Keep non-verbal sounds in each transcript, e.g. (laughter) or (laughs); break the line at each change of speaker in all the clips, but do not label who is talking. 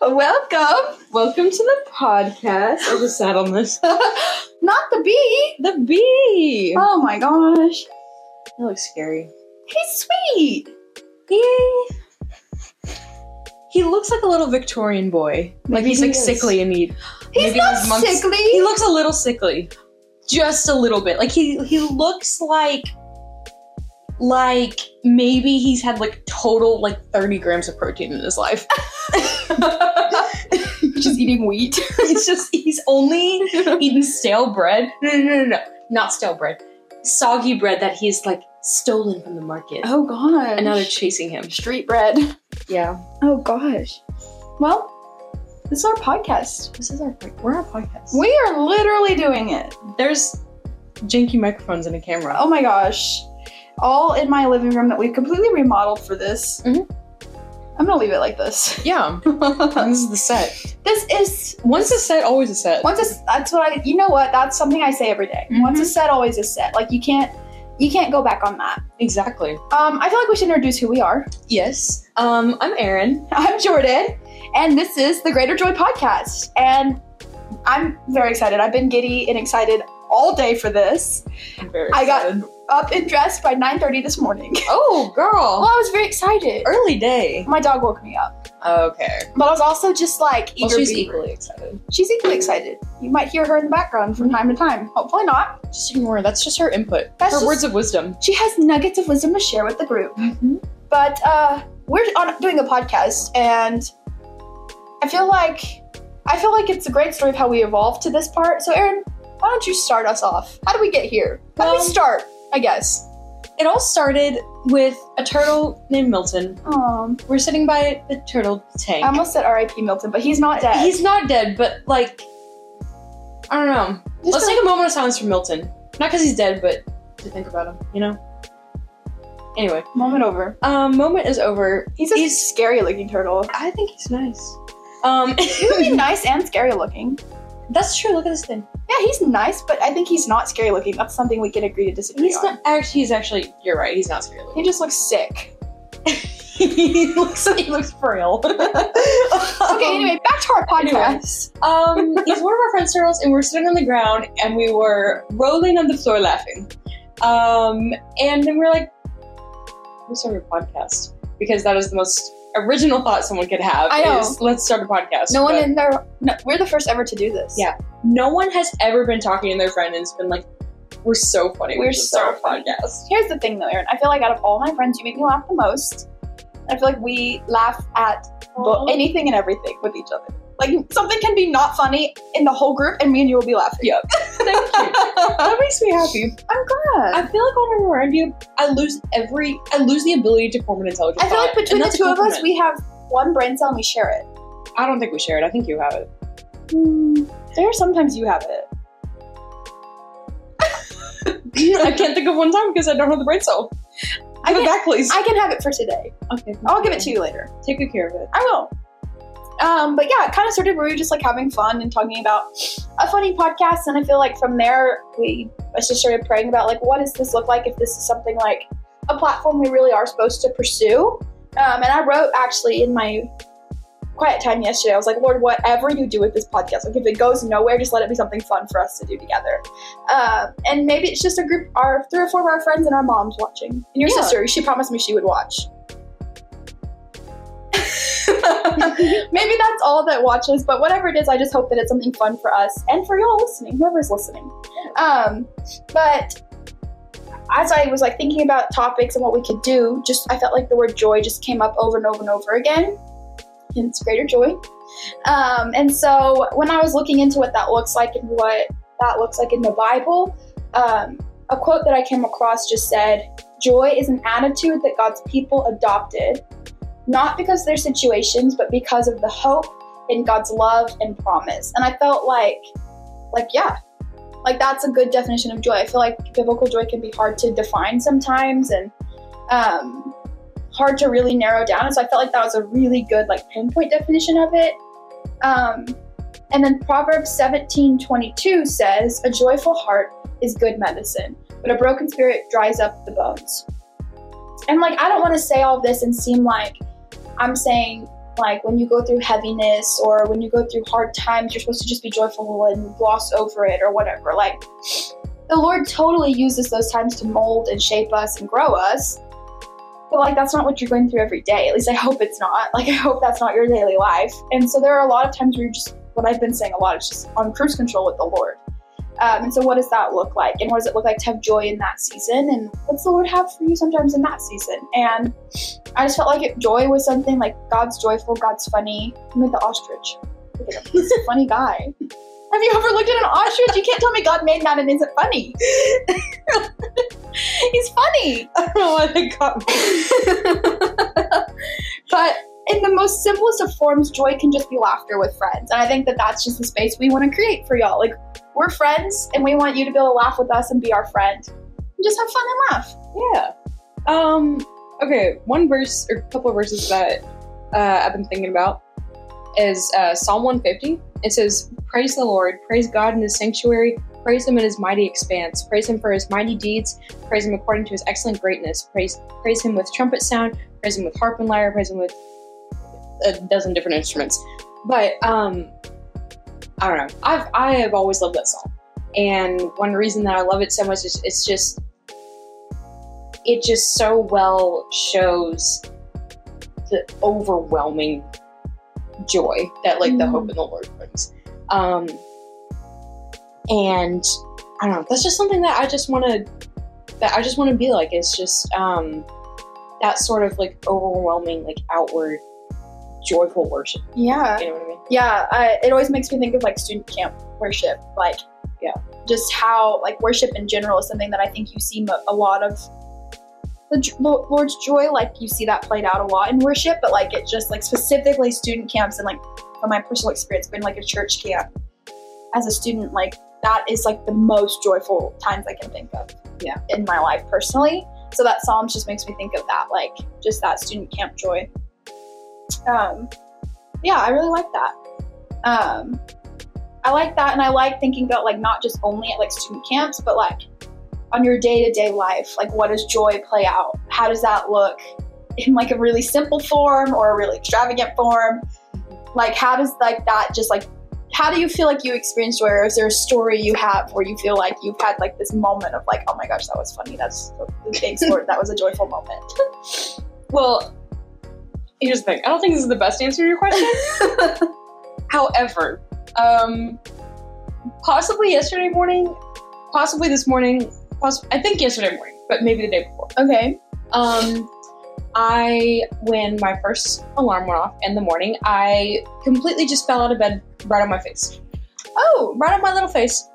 Oh
Welcome.
Welcome to the podcast. I just sat on this.
Not the bee.
The bee.
Oh my gosh.
That looks scary.
He's sweet.
Yay. He looks like a little Victorian boy. like
Maybe
he's
he
like
is.
sickly and he
He's
Maybe
not
his monks-
sickly.
he looks a little sickly. Just a little bit. Like he he looks like like maybe he's had like total like 30 grams of protein in his
(laughs)
life. (laughs)
He's just eating wheat.
it's just he's only (laughs)
(laughs)
eaten stale bread. No, no, no, no, no, not stale bread. Soggy bread that he's like stolen from the market,
Oh gosh.
and now they're chasing him.
street bread.
Yeah,
Oh gosh. Well, this is our podcast.
this is our pod- we're our podcast.
We are literally doing it.
There's janky microphones and a camera.
Oh my gosh. All in my living room that we've completely remodeled for this.
Mhm.
I'm gonna leave it like this.
(laughs) yeah, this is the set.
This is
Once a set, always a set.
Once it's that's what I you know what that's something I say every day. Once it's set, always is set. Like you can't you can't go back on that.
Exactly.
Um, I feel like we should introduce who we are. (laughs)
Yes. Um, I'm Erin.
I'm Jordan, and this is the Greater Joy podcast. And I'm very excited. I've been giddy and excited all day for this.
I'm very
I got-
excited.
Up and dressed by 9:30 this morning.
(laughs) Oh,
(laughs) well,
girl.
I was very excited.
Early day.
My dog woke me up,
Okay.
but I was also just like eager.
Well, she's
beaver.
equally excited.
She's equally excited. You might hear her in the background from time to time. Hopefully not.
Just ignore. her. That's just Mm-hmm. her input.
That's
her
just-
words of wisdom.
She has nuggets of wisdom to share with the group. but uh, we're on, doing a podcast, and I feel like I feel like it's a great story of how we evolved to this part. So, Aaron, why don't you start us off? How do we get here? How do we
Well-
start? I guess.
It all started with a turtle named Milton.
Um,
We're sitting by the turtle
I
tank.
almost said R.I.P. Milton, but he's not dead.
He's not dead, but like, I don't know.
Just
Let's
a-
take a moment of silence for Milton. Not because he's dead, but to think about him, you know. Anyway,
moment over.
um, moment is over.
He's a
He's-
scary looking (laughs) turtle.
I think he's nice. Um, (laughs)
He's really nice and scary looking.
that's true. Look at this thing.
Yeah, he's nice, but I think he's not scary looking. That's something we can agree to disagree
He's
on.
not actually. He's actually. You're right. He's not scary.
(laughs)
(laughs)
he just looks sick.
he looks. He looks frail. (laughs)
Okay, anyway, back to our
anyway.
podcast.
Um, he's one of our friend's turtles, and we're sitting on the ground, and we were rolling on the floor laughing. Um, and then we're like, "Let's start a podcast," because that is the most original thought someone could have.
I know.
is, Let's start a podcast.
No one
But
in there. No, we're the first ever to do this.
Yeah. no one has ever been talking to their friend and it's been like, "We're so funny.
We're
should
so
start a
funny."
podcast."
Here's the thing though, Erin. I feel like out of all my friends, you make me laugh the most. I feel like we laugh at bo-
Aw.
anything and everything with each other. Like something can be not funny in the whole group, and me and you will be laughing.
Yeah. Thank you. That makes me happy.
I'm glad.
I feel like when I'm around you, I lose every, I lose the ability to form an intelligent.
I feel like
thought, and
between the
that's a
two of us,
compliment.
we have one brain cell and we share it.
I don't think we share it. I think you have it.
Hmm. There are sometimes you have it.
(laughs) I can't think of one time because I don't have the brain
(laughs)
cell.
I
Give it
can,
back, please.
I can have it for today.
okay,
I'll give it to you later.
Take good care of
(laughs)
it. (laughs)
I will. Um, but yeah, it kind of started where we were just like having fun and talking about a funny podcast, and I feel like from there we I just started praying about like what does this look like if this is something like a platform we really are supposed to pursue. Um, and I wrote actually in my quiet time yesterday, I was like, Lord, whatever you do with this podcast, like if it goes nowhere, just let it be something fun for us to do together. Um, and maybe it's just a group, our three or four of our friends and our moms watching, and your
Yeah.
sister. She promised me she would watch. (laughs) Maybe that's all that watches, but whatever it is, I just hope that it's something fun for us and for y'all listening, whoever's listening. Um, but as I was like thinking about topics and what we could do, just I felt like the word joy just came up over and over and over again. And it's greater joy. Um, and so when I was looking into what that looks like and what that looks like in the Bible, um, a quote that I came across just said, Joy is an attitude that God's people adopted not because of their situations, but because of the hope in God's love and promise. And I felt like, like yeah, like that's a good definition of joy. I feel like biblical joy can be hard to define sometimes, and um, hard to really narrow down. And so I felt like that was a really good like pinpoint definition of it. Um, and then Proverbs seventeen twenty two says, "A joyful heart is good medicine, but a broken spirit dries up the bones." And like, I don't want to say all this and seem like I'm saying Like when you go through heaviness or when you go through hard times, you're supposed to just be joyful and gloss over it or whatever. Like the Lord totally uses those times to mold and shape us and grow us. But like that's not what you're going through every day. At least I hope it's not. (laughs) Like I hope that's not your daily life. And so there are a lot of times where you're just what I've been saying a lot is just on cruise control with the Lord. Um, and so, what does that look like? And what does it look like to have joy in that season? And what's the Lord have for you sometimes in that season? And I just felt like it, joy was something like God's joyful, God's funny. I'm with the ostrich. Look at him. He's a funny guy. Have you ever looked at an ostrich? You can't tell me God made that and isn't funny. He's funny.
Oh, I don't know why they got
But in the most simplest of forms, joy can just be laughter with friends. And I think that that's just the space we want to create for y'all. Like, we're friends and we want you to be able to laugh with us and be our friend. And just have fun and laugh.
Yeah. Um. Okay. One verse or a couple of verses that uh, I've been thinking about is uh, Psalm 150. It says, "Praise the Lord, praise God in His sanctuary, praise Him in His mighty expanse, praise Him for His mighty deeds, praise Him according to His excellent greatness, praise praise Him with trumpet sound, praise Him with harp and lyre, praise Him with a dozen different instruments." But um, I don't know. I've I have always loved that song, and one reason that I love it so much is it's just it just so well shows the overwhelming joy that like the
Mhm.
hope in the Lord brings. Um, and I don't know. That's just something that I just want to that I just want to be like. It's just um, that sort of like overwhelming, like outward, joyful worship.
Yeah.
You know what I mean?
Yeah. I, it always makes me think of like student camp worship. Like,
Yeah.
Just how, like, worship in general is something that I think you see mo- a lot of. The j- Lo- Lord's joy, like you see that played out a lot in worship, but like it just like specifically student camps and like from my personal experience, being like a church camp as a student, like that is like the most joyful times I can think of.
Yeah.
In my life personally. So that Psalms just makes me think of that, like just that student camp joy. Um, yeah, I really like that. Um, I like that, and I like thinking about like not just only at like student camps, but like on your day to day life. Like, what does joy play out? How does that look in like a really simple form or a really extravagant form? Like, how does like that just like how do you feel like you experienced joy, or is there a story you have where you feel like you've had like this moment of like, oh my gosh, that was funny. That's thanks Lord, that was a joyful moment.
Well, here's the thing. I don't think this is the best answer to your question. (laughs) However, um, possibly yesterday morning, possibly this morning, poss- I think yesterday morning, but maybe the day before.
(laughs) Okay.
Um, I, when my first alarm went off in the morning, I completely just fell out of bed right on my face. Oh, right on my little face.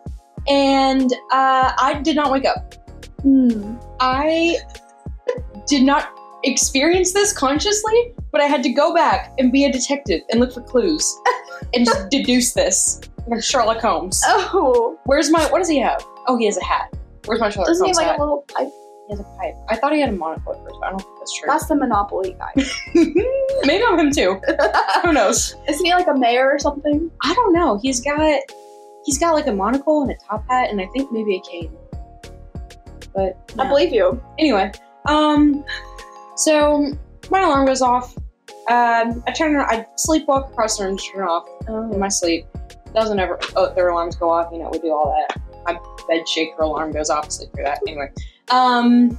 And uh, I did not wake up.
Hmm.
I did not experience this consciously, but I had to go back and be a detective and look for clues (laughs) and just deduce this. Like Sherlock Holmes.
Oh,
Where's my? What does he have? Oh, he has a hat. Where's my Sherlock
doesn't he
Holmes
have like
hat?
a little pipe?
he has a pipe. I thought he had a monocle at first, but I don't think that's true.
That's the Monopoly guy.
(laughs) Maybe I'm him
(laughs)
too. Who knows?
Isn't he like a mayor or something?
I don't know. He's got he's got like a monocle and a top hat, and I think maybe a cane. But
I
yeah.
believe you.
anyway, um, so my alarm goes off. Um, I turn, it- I sleepwalk across the room, to turn it off in my sleep. Doesn't ever. Oh, their alarms go off. You know, we do all that. My bed shaker alarm goes off. Sleep through that. Anyway, um,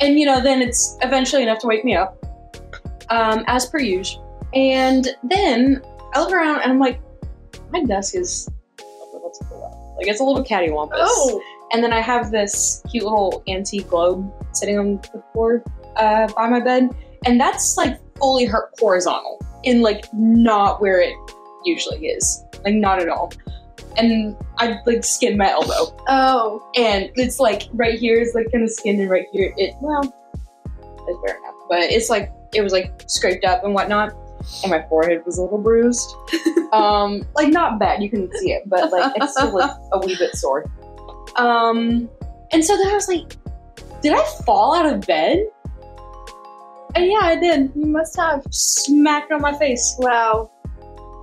and you know, then it's eventually enough to wake me up, um, as per usual. And then I look around and I'm like, my desk is a little to the left. Like it's a little cattywampus.
Oh,
And then I have this cute little antique globe sitting on the floor uh, by my bed. And that's like fully hor- horizontal in like not where it usually is. Like not at all. And I like skinned my elbow.
oh,
And it's like right here is like kind of skinned and right here it, well, it's fair enough. But it's like, it was like scraped up and whatnot. And my forehead was a little
(laughs)
bruised. um, like not bad, you can see it, but like it's still like a wee bit sore. Um, and so then I was like, did I fall out of bed? And yeah, I did.
you must have.
Smacked on my face.
Wow,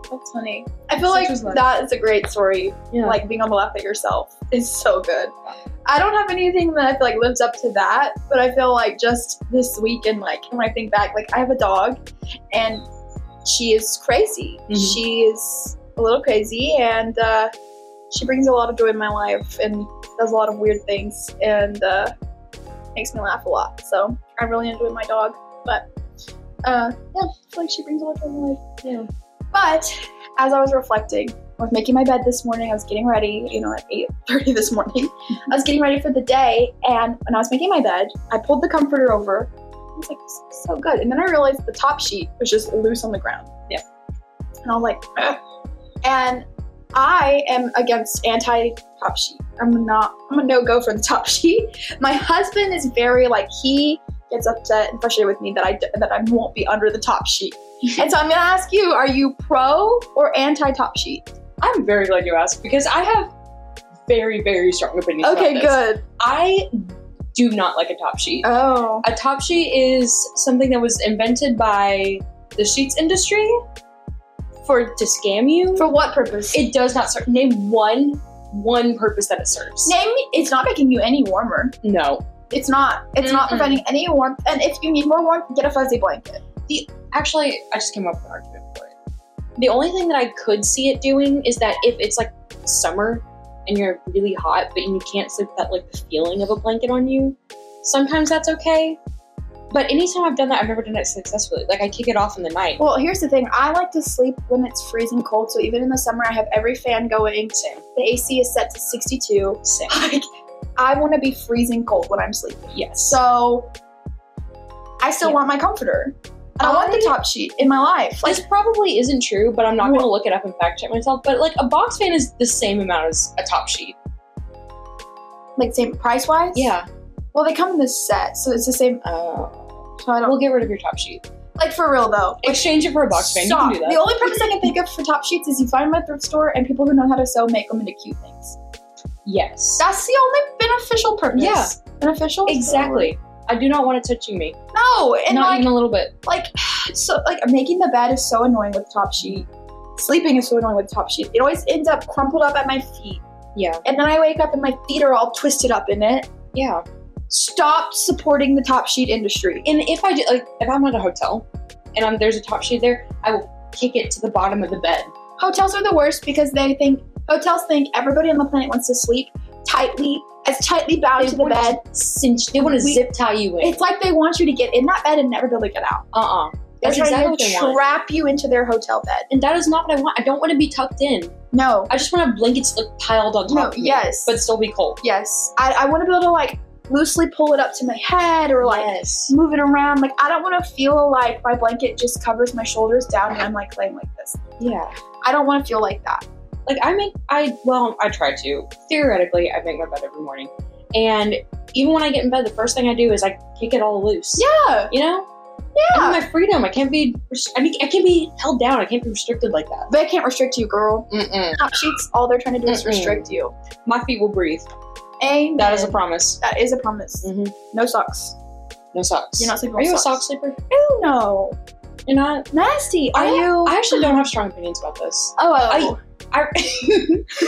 that's funny. I feel
Such
like
was life.
that is a great story.
Yeah.
Like being able to laugh at yourself is so good. I don't have anything that I feel like lives up to that, but I feel like just this weekend, like when I think back, like I have a dog, and she is crazy.
Mhm.
She is a little crazy, and uh, she brings a lot of joy to my life and does a lot of weird things and uh, makes me laugh a lot. So I really enjoy my dog, but uh, yeah, I feel like she brings a lot of joy to my life.
Yeah.
But as I was reflecting, I was making my bed this morning. I was getting ready, you know, at eight thirty this morning. I was getting ready for the day, and when I was making my bed, I pulled the comforter over. I was like, this is so good. And then I realized the top sheet was just loose on the ground.
Yeah.
And I was like, Ugh. and I am against anti top sheet. I'm not. I'm a no go for the top (laughs) sheet. My husband is very like he gets upset and frustrated with me that I d- that I won't be under the top sheet. and so I'm gonna ask you: Are you pro or anti top sheet?
I'm very glad you asked because I have very, very strong opinions. about
Okay,
this.
good.
I do not like a top sheet.
Oh,
a top sheet is something that was invented by the sheets industry for to scam you.
for what purpose?
it does not serve. Name one one purpose that it serves.
Name. It's not making you any warmer.
No.
It's not. It's not
Mm-mm.
providing any warmth. And if you need more warmth, get a fuzzy blanket.
Actually, I just came up with an argument for it. The only thing that I could see it doing is that if it's like summer and you're really hot, but you can't sleep without like the feeling of a blanket on you, sometimes that's okay. But anytime I've done that, I've never done it successfully. Like I kick it off in the night.
Well, here's the thing. I like to sleep when it's freezing cold. So even in the summer, I have every fan going.
Same,
The AC is set to 62.
same.
Like, I want to be freezing cold when I'm sleeping.
Yes.
So I still
Yeah.
want my comforter. And I, want the
I-
top sheet in my life. Like,
this probably isn't true, but I'm not going to look it up and fact check myself. But like a box fan is the same amount as a top sheet.
like same price wise.
Yeah.
Well, they come in this set, so it's the same.
Oh.
So I don't
We'll get rid of your top sheet.
like for real though.
Exchange it for a box fan. You
Stop.
can do that.
The only purpose I can think of for top sheets is you find them at thrift store and people who know how to sew make them into cute things.
yes.
That's the only beneficial purpose.
Yeah.
Beneficial?
exactly. I do not want it touching me.
No, and
not
like
even a little bit.
like so like making the bed is so annoying with top sheet. Sleeping is so annoying with top sheet. It always ends up crumpled up at my feet.
Yeah.
And then I wake up and my feet are all twisted up in it.
Yeah.
Stop supporting the top sheet industry.
And if I do, like, if I'm at a hotel and I'm, there's a top sheet there, I will kick it to the bottom of the bed.
Hotels are the worst because they think hotels think everybody on the planet wants to sleep tightly, as tightly bound to the
want
bed.
to cinch. They want to
We-
zip tie you in.
It's like they want you to get in that bed and never be able to get out.
uh uh
They're
That's
trying
exactly what
to
they want.
trap you into their hotel bed.
And that is not what I want. I don't want to be tucked in.
No.
I just want a blanket to look piled on top
No,
of me,
yes.
but still be cold.
Yes. I, I want to be able to like loosely pull it up to my head or like
yes.
move it around. Like I don't want to feel like my blanket just covers my shoulders down and I'm like laying like this.
Yeah.
I don't want to feel like that.
Like I make I well, I try to. Theoretically, I make my bed every morning. And even when I get in bed, the first thing I do is I kick it all loose.
Yeah.
You know? I need my freedom. I can't be res- I, need, I can't be held down. I can't be restricted like that.
They can't restrict you, girl.
Mm-mm.
Top sheets, all they're trying to do is
Mm-mm.
restrict you.
My feet will breathe.
Amen.
That is a promise.
That is a promise.
Mhm.
No socks.
No socks.
Mm-hmm. You're not sleeping
Are you a
with
sock
socks.
sleeper?
Ew, no.
You're not.
Nasty. Are
I-
you?
I actually don't have strong opinions about
(laughs)
this.
Oh.
I,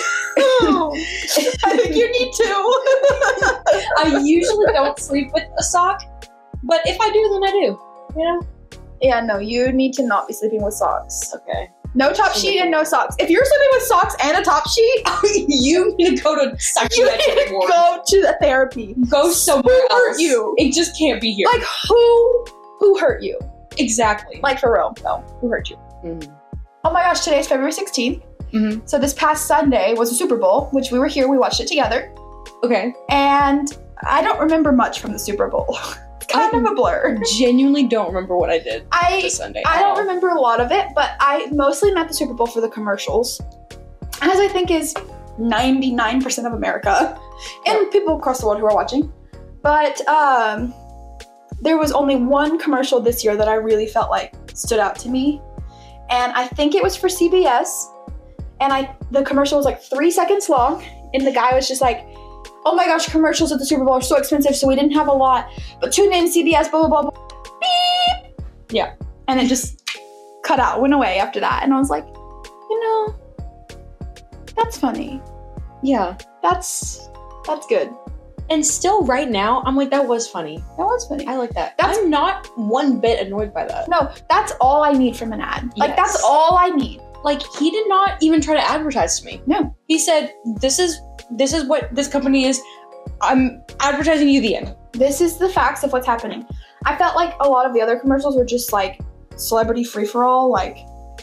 (laughs) I think you need to. (laughs)
I usually don't sleep with a sock, but if I do, then I do. You know?
yeah, no, you need to not be sleeping with socks.
Okay.
No top sheet and no socks. If you're sleeping with socks and a top sheet,
(laughs) you need to go to
you
section
need to
ward. Go,
go to the therapy.
somewhere
Who hurt
else.
you?
It just can't be here.
Like who? Who hurt you?
exactly.
Like for real, though. Who hurt you?
Mhm.
Oh my gosh, today's February 16th.
Mhm.
So this past Sunday was the Super Bowl, which we were here, we watched it together.
Okay.
and I don't remember much from the Super Bowl. (laughs) kind of a blur.
Genuinely don't remember what I did
I
this Sunday.
I
at all.
don't remember a lot of it, but I mostly met the Super Bowl for the commercials, as I think is 99% of America (laughs) and people across the world who are watching. But um, there was only one commercial this year that I really felt like stood out to me, and I think it was for CBS. And I the commercial was like three seconds long, and the guy was just like. Oh my gosh, commercials at the Super Bowl are so expensive, so we didn't have a lot. But tune in, CBS, blah, blah, blah, blah. Beep!
Yeah.
And it just cut out, went away after that. And I was like, you know, that's funny
Yeah.
that's that's good.
And still, right now, I'm like, that was funny.
That was funny.
I like that.
That's-
I'm not one bit annoyed by that.
No, that's all I need from an ad.
Yes.
Like that's all I need.
Like, he did not even try to advertise to me.
No.
He said, "This is this is what this company is. I'm advertising you the end."
This is the facts of what's happening. I felt like a lot of the other commercials were just like celebrity free for all. Like,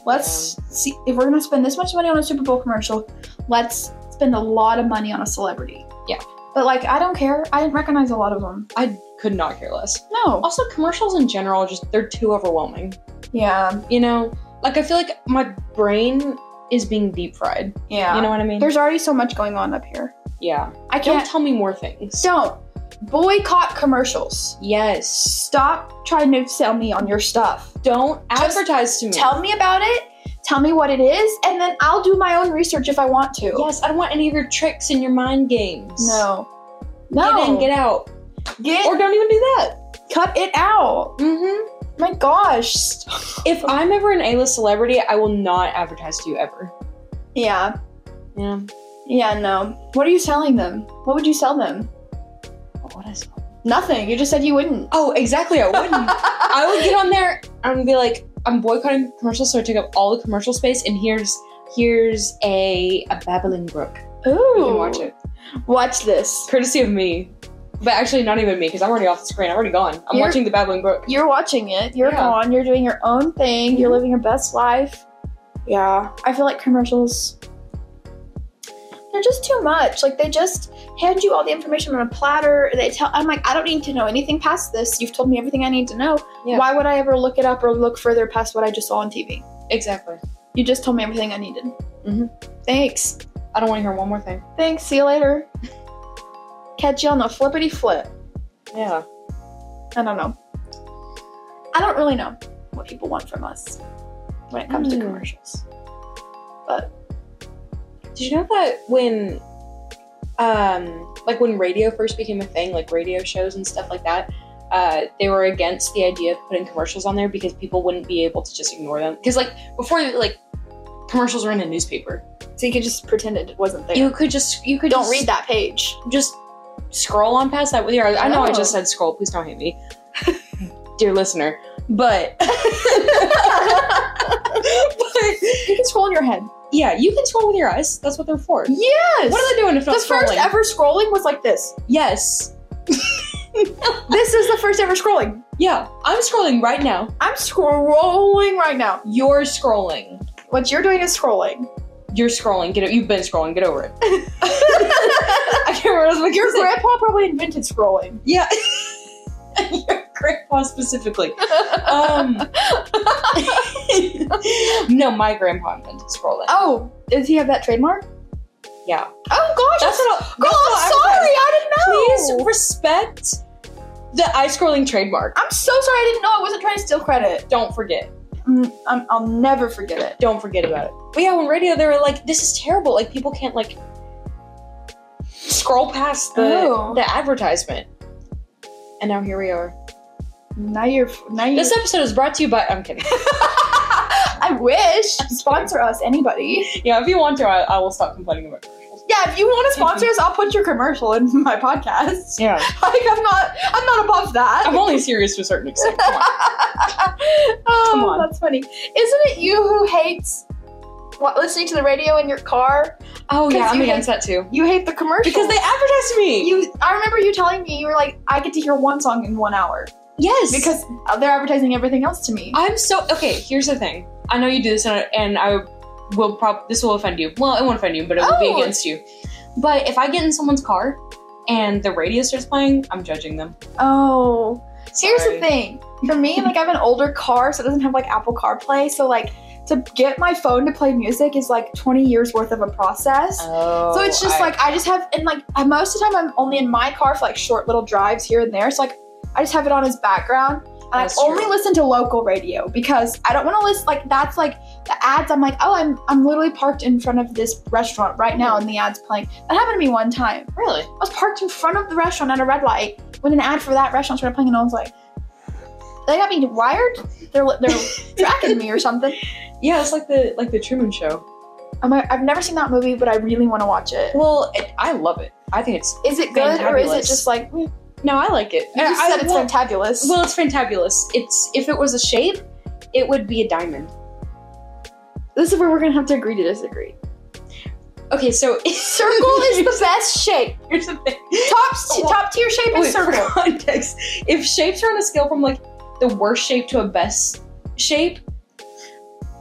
let's see if we're gonna spend this much money on a Super Bowl commercial, let's spend a lot of money on a celebrity.
Yeah.
But like, I don't care. I didn't recognize a lot of them.
I could not care less.
No.
Also, commercials in general, just they're too overwhelming.
Yeah.
You know, like I feel like my brain is being deep fried.
Yeah.
You know what I mean?
There's already so much going on up here.
yeah.
I
Don't
can't.
tell me more things.
Don't boycott commercials.
Yes.
Stop trying to sell me on your stuff.
Don't
Just
advertise to me.
Tell me about it. Tell me what it is, and then I'll do my own research if I want to.
Yes, I don't want any of your tricks and your mind games.
No.
Get
No.
in, get out.
Get-
Or don't even do that.
cut it out.
Mm-hmm.
My gosh.
If I'm ever an A-list celebrity, I will not advertise to you ever.
Yeah.
Yeah.
Yeah, no. What are you selling them? What would you sell them?
What would I say?
Nothing. You just said you wouldn't.
Oh, exactly. I wouldn't. I would get on there and be like, I'm boycotting commercials, so I took up all the commercial space, and here's here's a a babbling brook.
Ooh.
You can watch it,
Watch this.
courtesy of me. But actually, not even me, because I'm already off the screen. I'm already gone. I'm
You're-
watching the babbling brook.
You're watching it. You're
Yeah. Mm-hmm.
on. You're doing your own thing. You're living your best life. Yeah. I feel like commercials they're just too much. Like they just hand you all the information on a platter. They tell I'm like, I don't need to know anything past this. You've told me everything I need to know.
Yeah.
Why would I ever look it up or look further past what I just saw on TV?
Exactly.
You just told me everything I needed.
Mhm.
Thanks.
I don't want to hear one more thing.
Thanks. See you later. Catch you on the flippity flip.
Yeah.
I don't know. I don't really know what people want from us when it comes
Mm.
to commercials.
Did you know that when, um, like when radio first became a thing, like radio shows and stuff like that, uh, they were against the idea of putting commercials on there because people wouldn't be able to just ignore them. Because like before, like commercials were in a newspaper.
So you could just pretend it wasn't there.
You could just you could
don't
just,
read that Oh. page.
Just scroll on past that with your eyes. I know I just said scroll. Please don't hate me, (laughs) dear listener. But (laughs) but
You can scroll in your head.
yeah, you can scroll with your eyes. That's what they're for.
Yes.
What are they doing if
the
not
first
scrolling?
ever scrolling was like this.
yes.
this is the first ever scrolling.
Yeah, I'm scrolling right now.
I'm scrolling right now.
You're scrolling.
What you're doing is scrolling.
You're scrolling. Get it. You've been scrolling. Get over it. (laughs) I can't remember. what I was like,
Your
your grand-
grandpa probably invented scrolling.
yeah. (laughs) your grandpa specifically. Um. (laughs) no, my grandpa invented scrolling.
Oh, does he have that trademark?
Yeah.
Oh gosh.
That's what. I'll,
Girl,
that's what
I'm
I was
sorry. I
like.
didn't know.
Please respect the eye scrolling trademark.
I'm so sorry. I didn't know. I wasn't trying to steal credit.
Don't forget.
Mm, I'm, I'll never forget it.
Don't forget about it. But yeah, when radio, they were like, "This is terrible. Like people can't like scroll past the
Oh.
the advertisement." And now here we are.
Now you're. Now you're.
This episode is brought to you by. I'm kidding.
(laughs)
(laughs)
I wish sponsor us. Anybody?
yeah, if you want to, I, I will stop complaining about commercials.
Yeah, if you want to sponsor us, I'll put your commercial in (laughs) my podcast.
Yeah,
(laughs) Like I'm not. I'm not above that.
(laughs) I'm only serious to a certain extent. Come on.
(laughs) oh,
Come on.
that's funny. Isn't it you who hates what, listening to the radio in your car?
(laughs) Oh
Because
yeah, I'm
you
against that too.
You hate the commercial
Because they advertised me.
You. I remember you telling me you were like, I get to hear one song in one hour
yes,
because they're advertising everything else to me.
I'm so okay. Here's the thing. I know you do this, and I, and I will prob this will offend you. Well, it won't offend you, but it will be
Oh.
against you. But if I get in someone's car and the radio starts playing, I'm judging them.
oh. Here's
Sorry.
the thing. For me, like I have an older car, so it doesn't have like Apple CarPlay. So like to get my phone to play music is like 20 years worth of a process.
Oh,
so it's just
I-
like I just have and like I, most of the time I'm only in my car for like short little drives here and there. So like I just have it on as background. And I
That's true.
only listen to local radio because I don't want to listen like that's like the ads. I'm like, oh, I'm I'm literally parked in front of this restaurant right now, and the ads playing. That happened to me one time.
really.
I was parked in front of the restaurant at a red light when an ad for that restaurant started playing, and I was like, "They got
(laughs)
me wired. They're they're tracking me or something."
Yeah, it's like the like the Truman Show.
I'm like, I've never seen that movie, but I really want to watch it.
Well, it, I love it. I think it's
Is it good or is it
Fantabulous.
just like mm, you
no, I like it. I,
just
I-
said it's
well,
fantabulous?
well, it's fantabulous. It's if it was a shape, it would be a diamond.
this is where we're gonna have to agree to disagree.
Okay, so (laughs)
Circle is (laughs) the best shape.
here's the thing.
Top top tier shape
Wait,
is
for
circle.
context, if shapes are on a scale from like the worst shape to a best shape,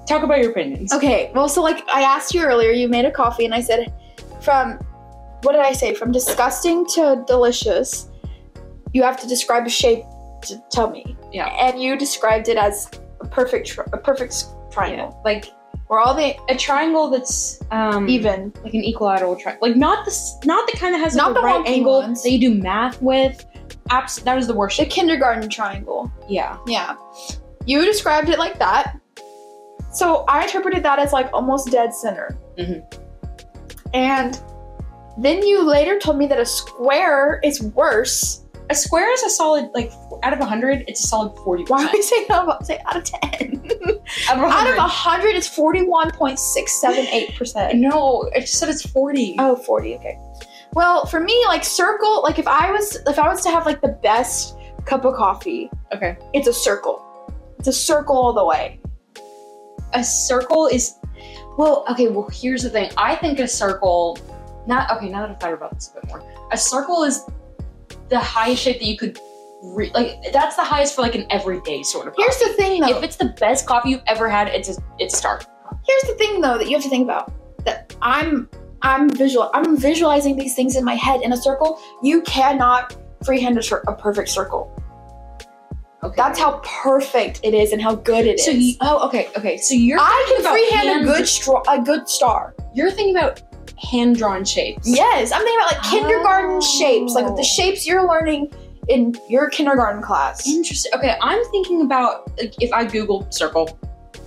talk about your opinions.
(laughs) Okay, well, so like I asked you earlier, you made a coffee, and I said, from what did I say? From disgusting to delicious, you have to describe a shape to tell me.
Yeah.
And you described it as a perfect, tr- a perfect s-
Yeah,
triangle,
like
where all the
a triangle that's um,
even.
like an equilateral triangle, like not this, not the kind that has
Not
like,
the
a right
wonky
angle
ones.
that you do math with. Abs- that was the worst
The
shape.
kindergarten triangle.
Yeah,
Yeah. You described it like that. So I interpreted that as like almost dead center.
Mhm.
And then you later told me that a square is worse.
a square is a solid like f- out of hundred, it's a solid forty.
Why would I say that about say out of ten?
Out of
out
100.
of hundred it's forty-one point six seven eight percent.
No, I just said it's forty.
(laughs) Oh, 40, okay. Well, for me, like circle, like if I was if I was to have like the best cup of coffee,
Okay,
it's a circle. It's a circle all the way.
a circle is well okay well here's the thing i think a circle not okay now that i've thought about this a bit more a circle is the highest shape that you could re- like that's the highest for like an everyday sort of
Here's the thing though.
coffee. if it's the best coffee you've ever had it's a, it's a star
here's the thing though that you have to think about that i'm i'm visual i'm visualizing these things in my head in a circle you cannot freehand a, cir- a perfect circle
okay
that's how perfect it is and how good it is
so you, oh okay okay so you're
i
thinking
can
about
freehand
hand-
a good straw a good star
you're thinking about hand-drawn shapes
yes i'm thinking about like kindergarten
Oh.
shapes like the shapes you're learning in your kindergarten class
interesting okay i'm thinking about like if i google circle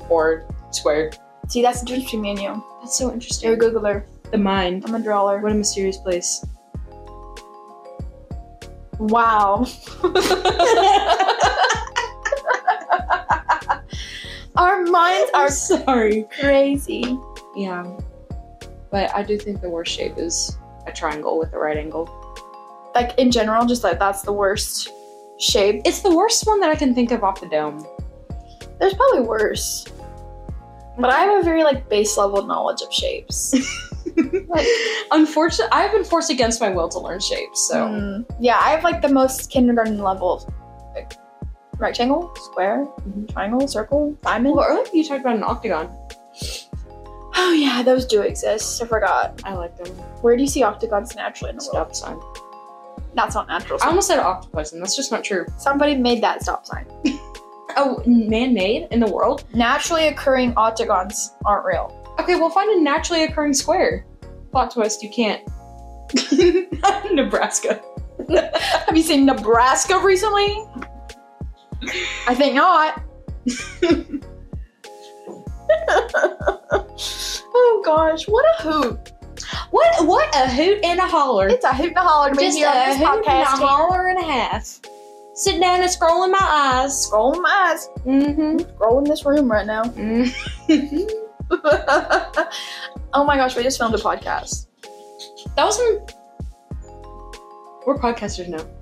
or square
see that's the difference between me and you
that's so interesting
you're a googler
the mind
i'm a drawler
what a mysterious place
wow our minds
(laughs)
are
sorry.
crazy
Yeah. But I do think the worst shape is a triangle with a right angle.
like in general, just like that's the worst shape.
It's the worst one that I can think of off the (laughs) dome.
There's probably worse, but I have a very like base level knowledge of shapes. like-
Unfortunately, I've been forced against my will to learn shapes, (laughs) so.
Mm, yeah, I have like the most kindergarten level. Like, rectangle, square,
Mhm.
triangle, circle, diamond.
Well, earlier you talked about an octagon.
Oh yeah, those do exist. I forgot.
I like them.
Where do you see octagons naturally in the
Stop
world?
sign.
That's not natural.
I almost said octopus, and that's just not true.
Somebody made that stop sign.
Oh, man made in the world?
Naturally occurring octagons aren't real.
Okay, well, find a naturally occurring square. Plot twist, you can't. (laughs) Nebraska.
Have you seen Nebraska recently? I
(laughs)
think not. oh gosh, what a hoot!
What what a hoot and a holler.
It's a hoot and a holler to be
Just uh,
here
a
on this
hoot and a
podcast.
holler and a half. Sitting down and scrolling my eyes.
Scrolling my eyes,
Mm-hmm.
scrolling this room right now. (laughs)
that
oh my gosh, we just filmed a podcast.
was an... We're podcasters now.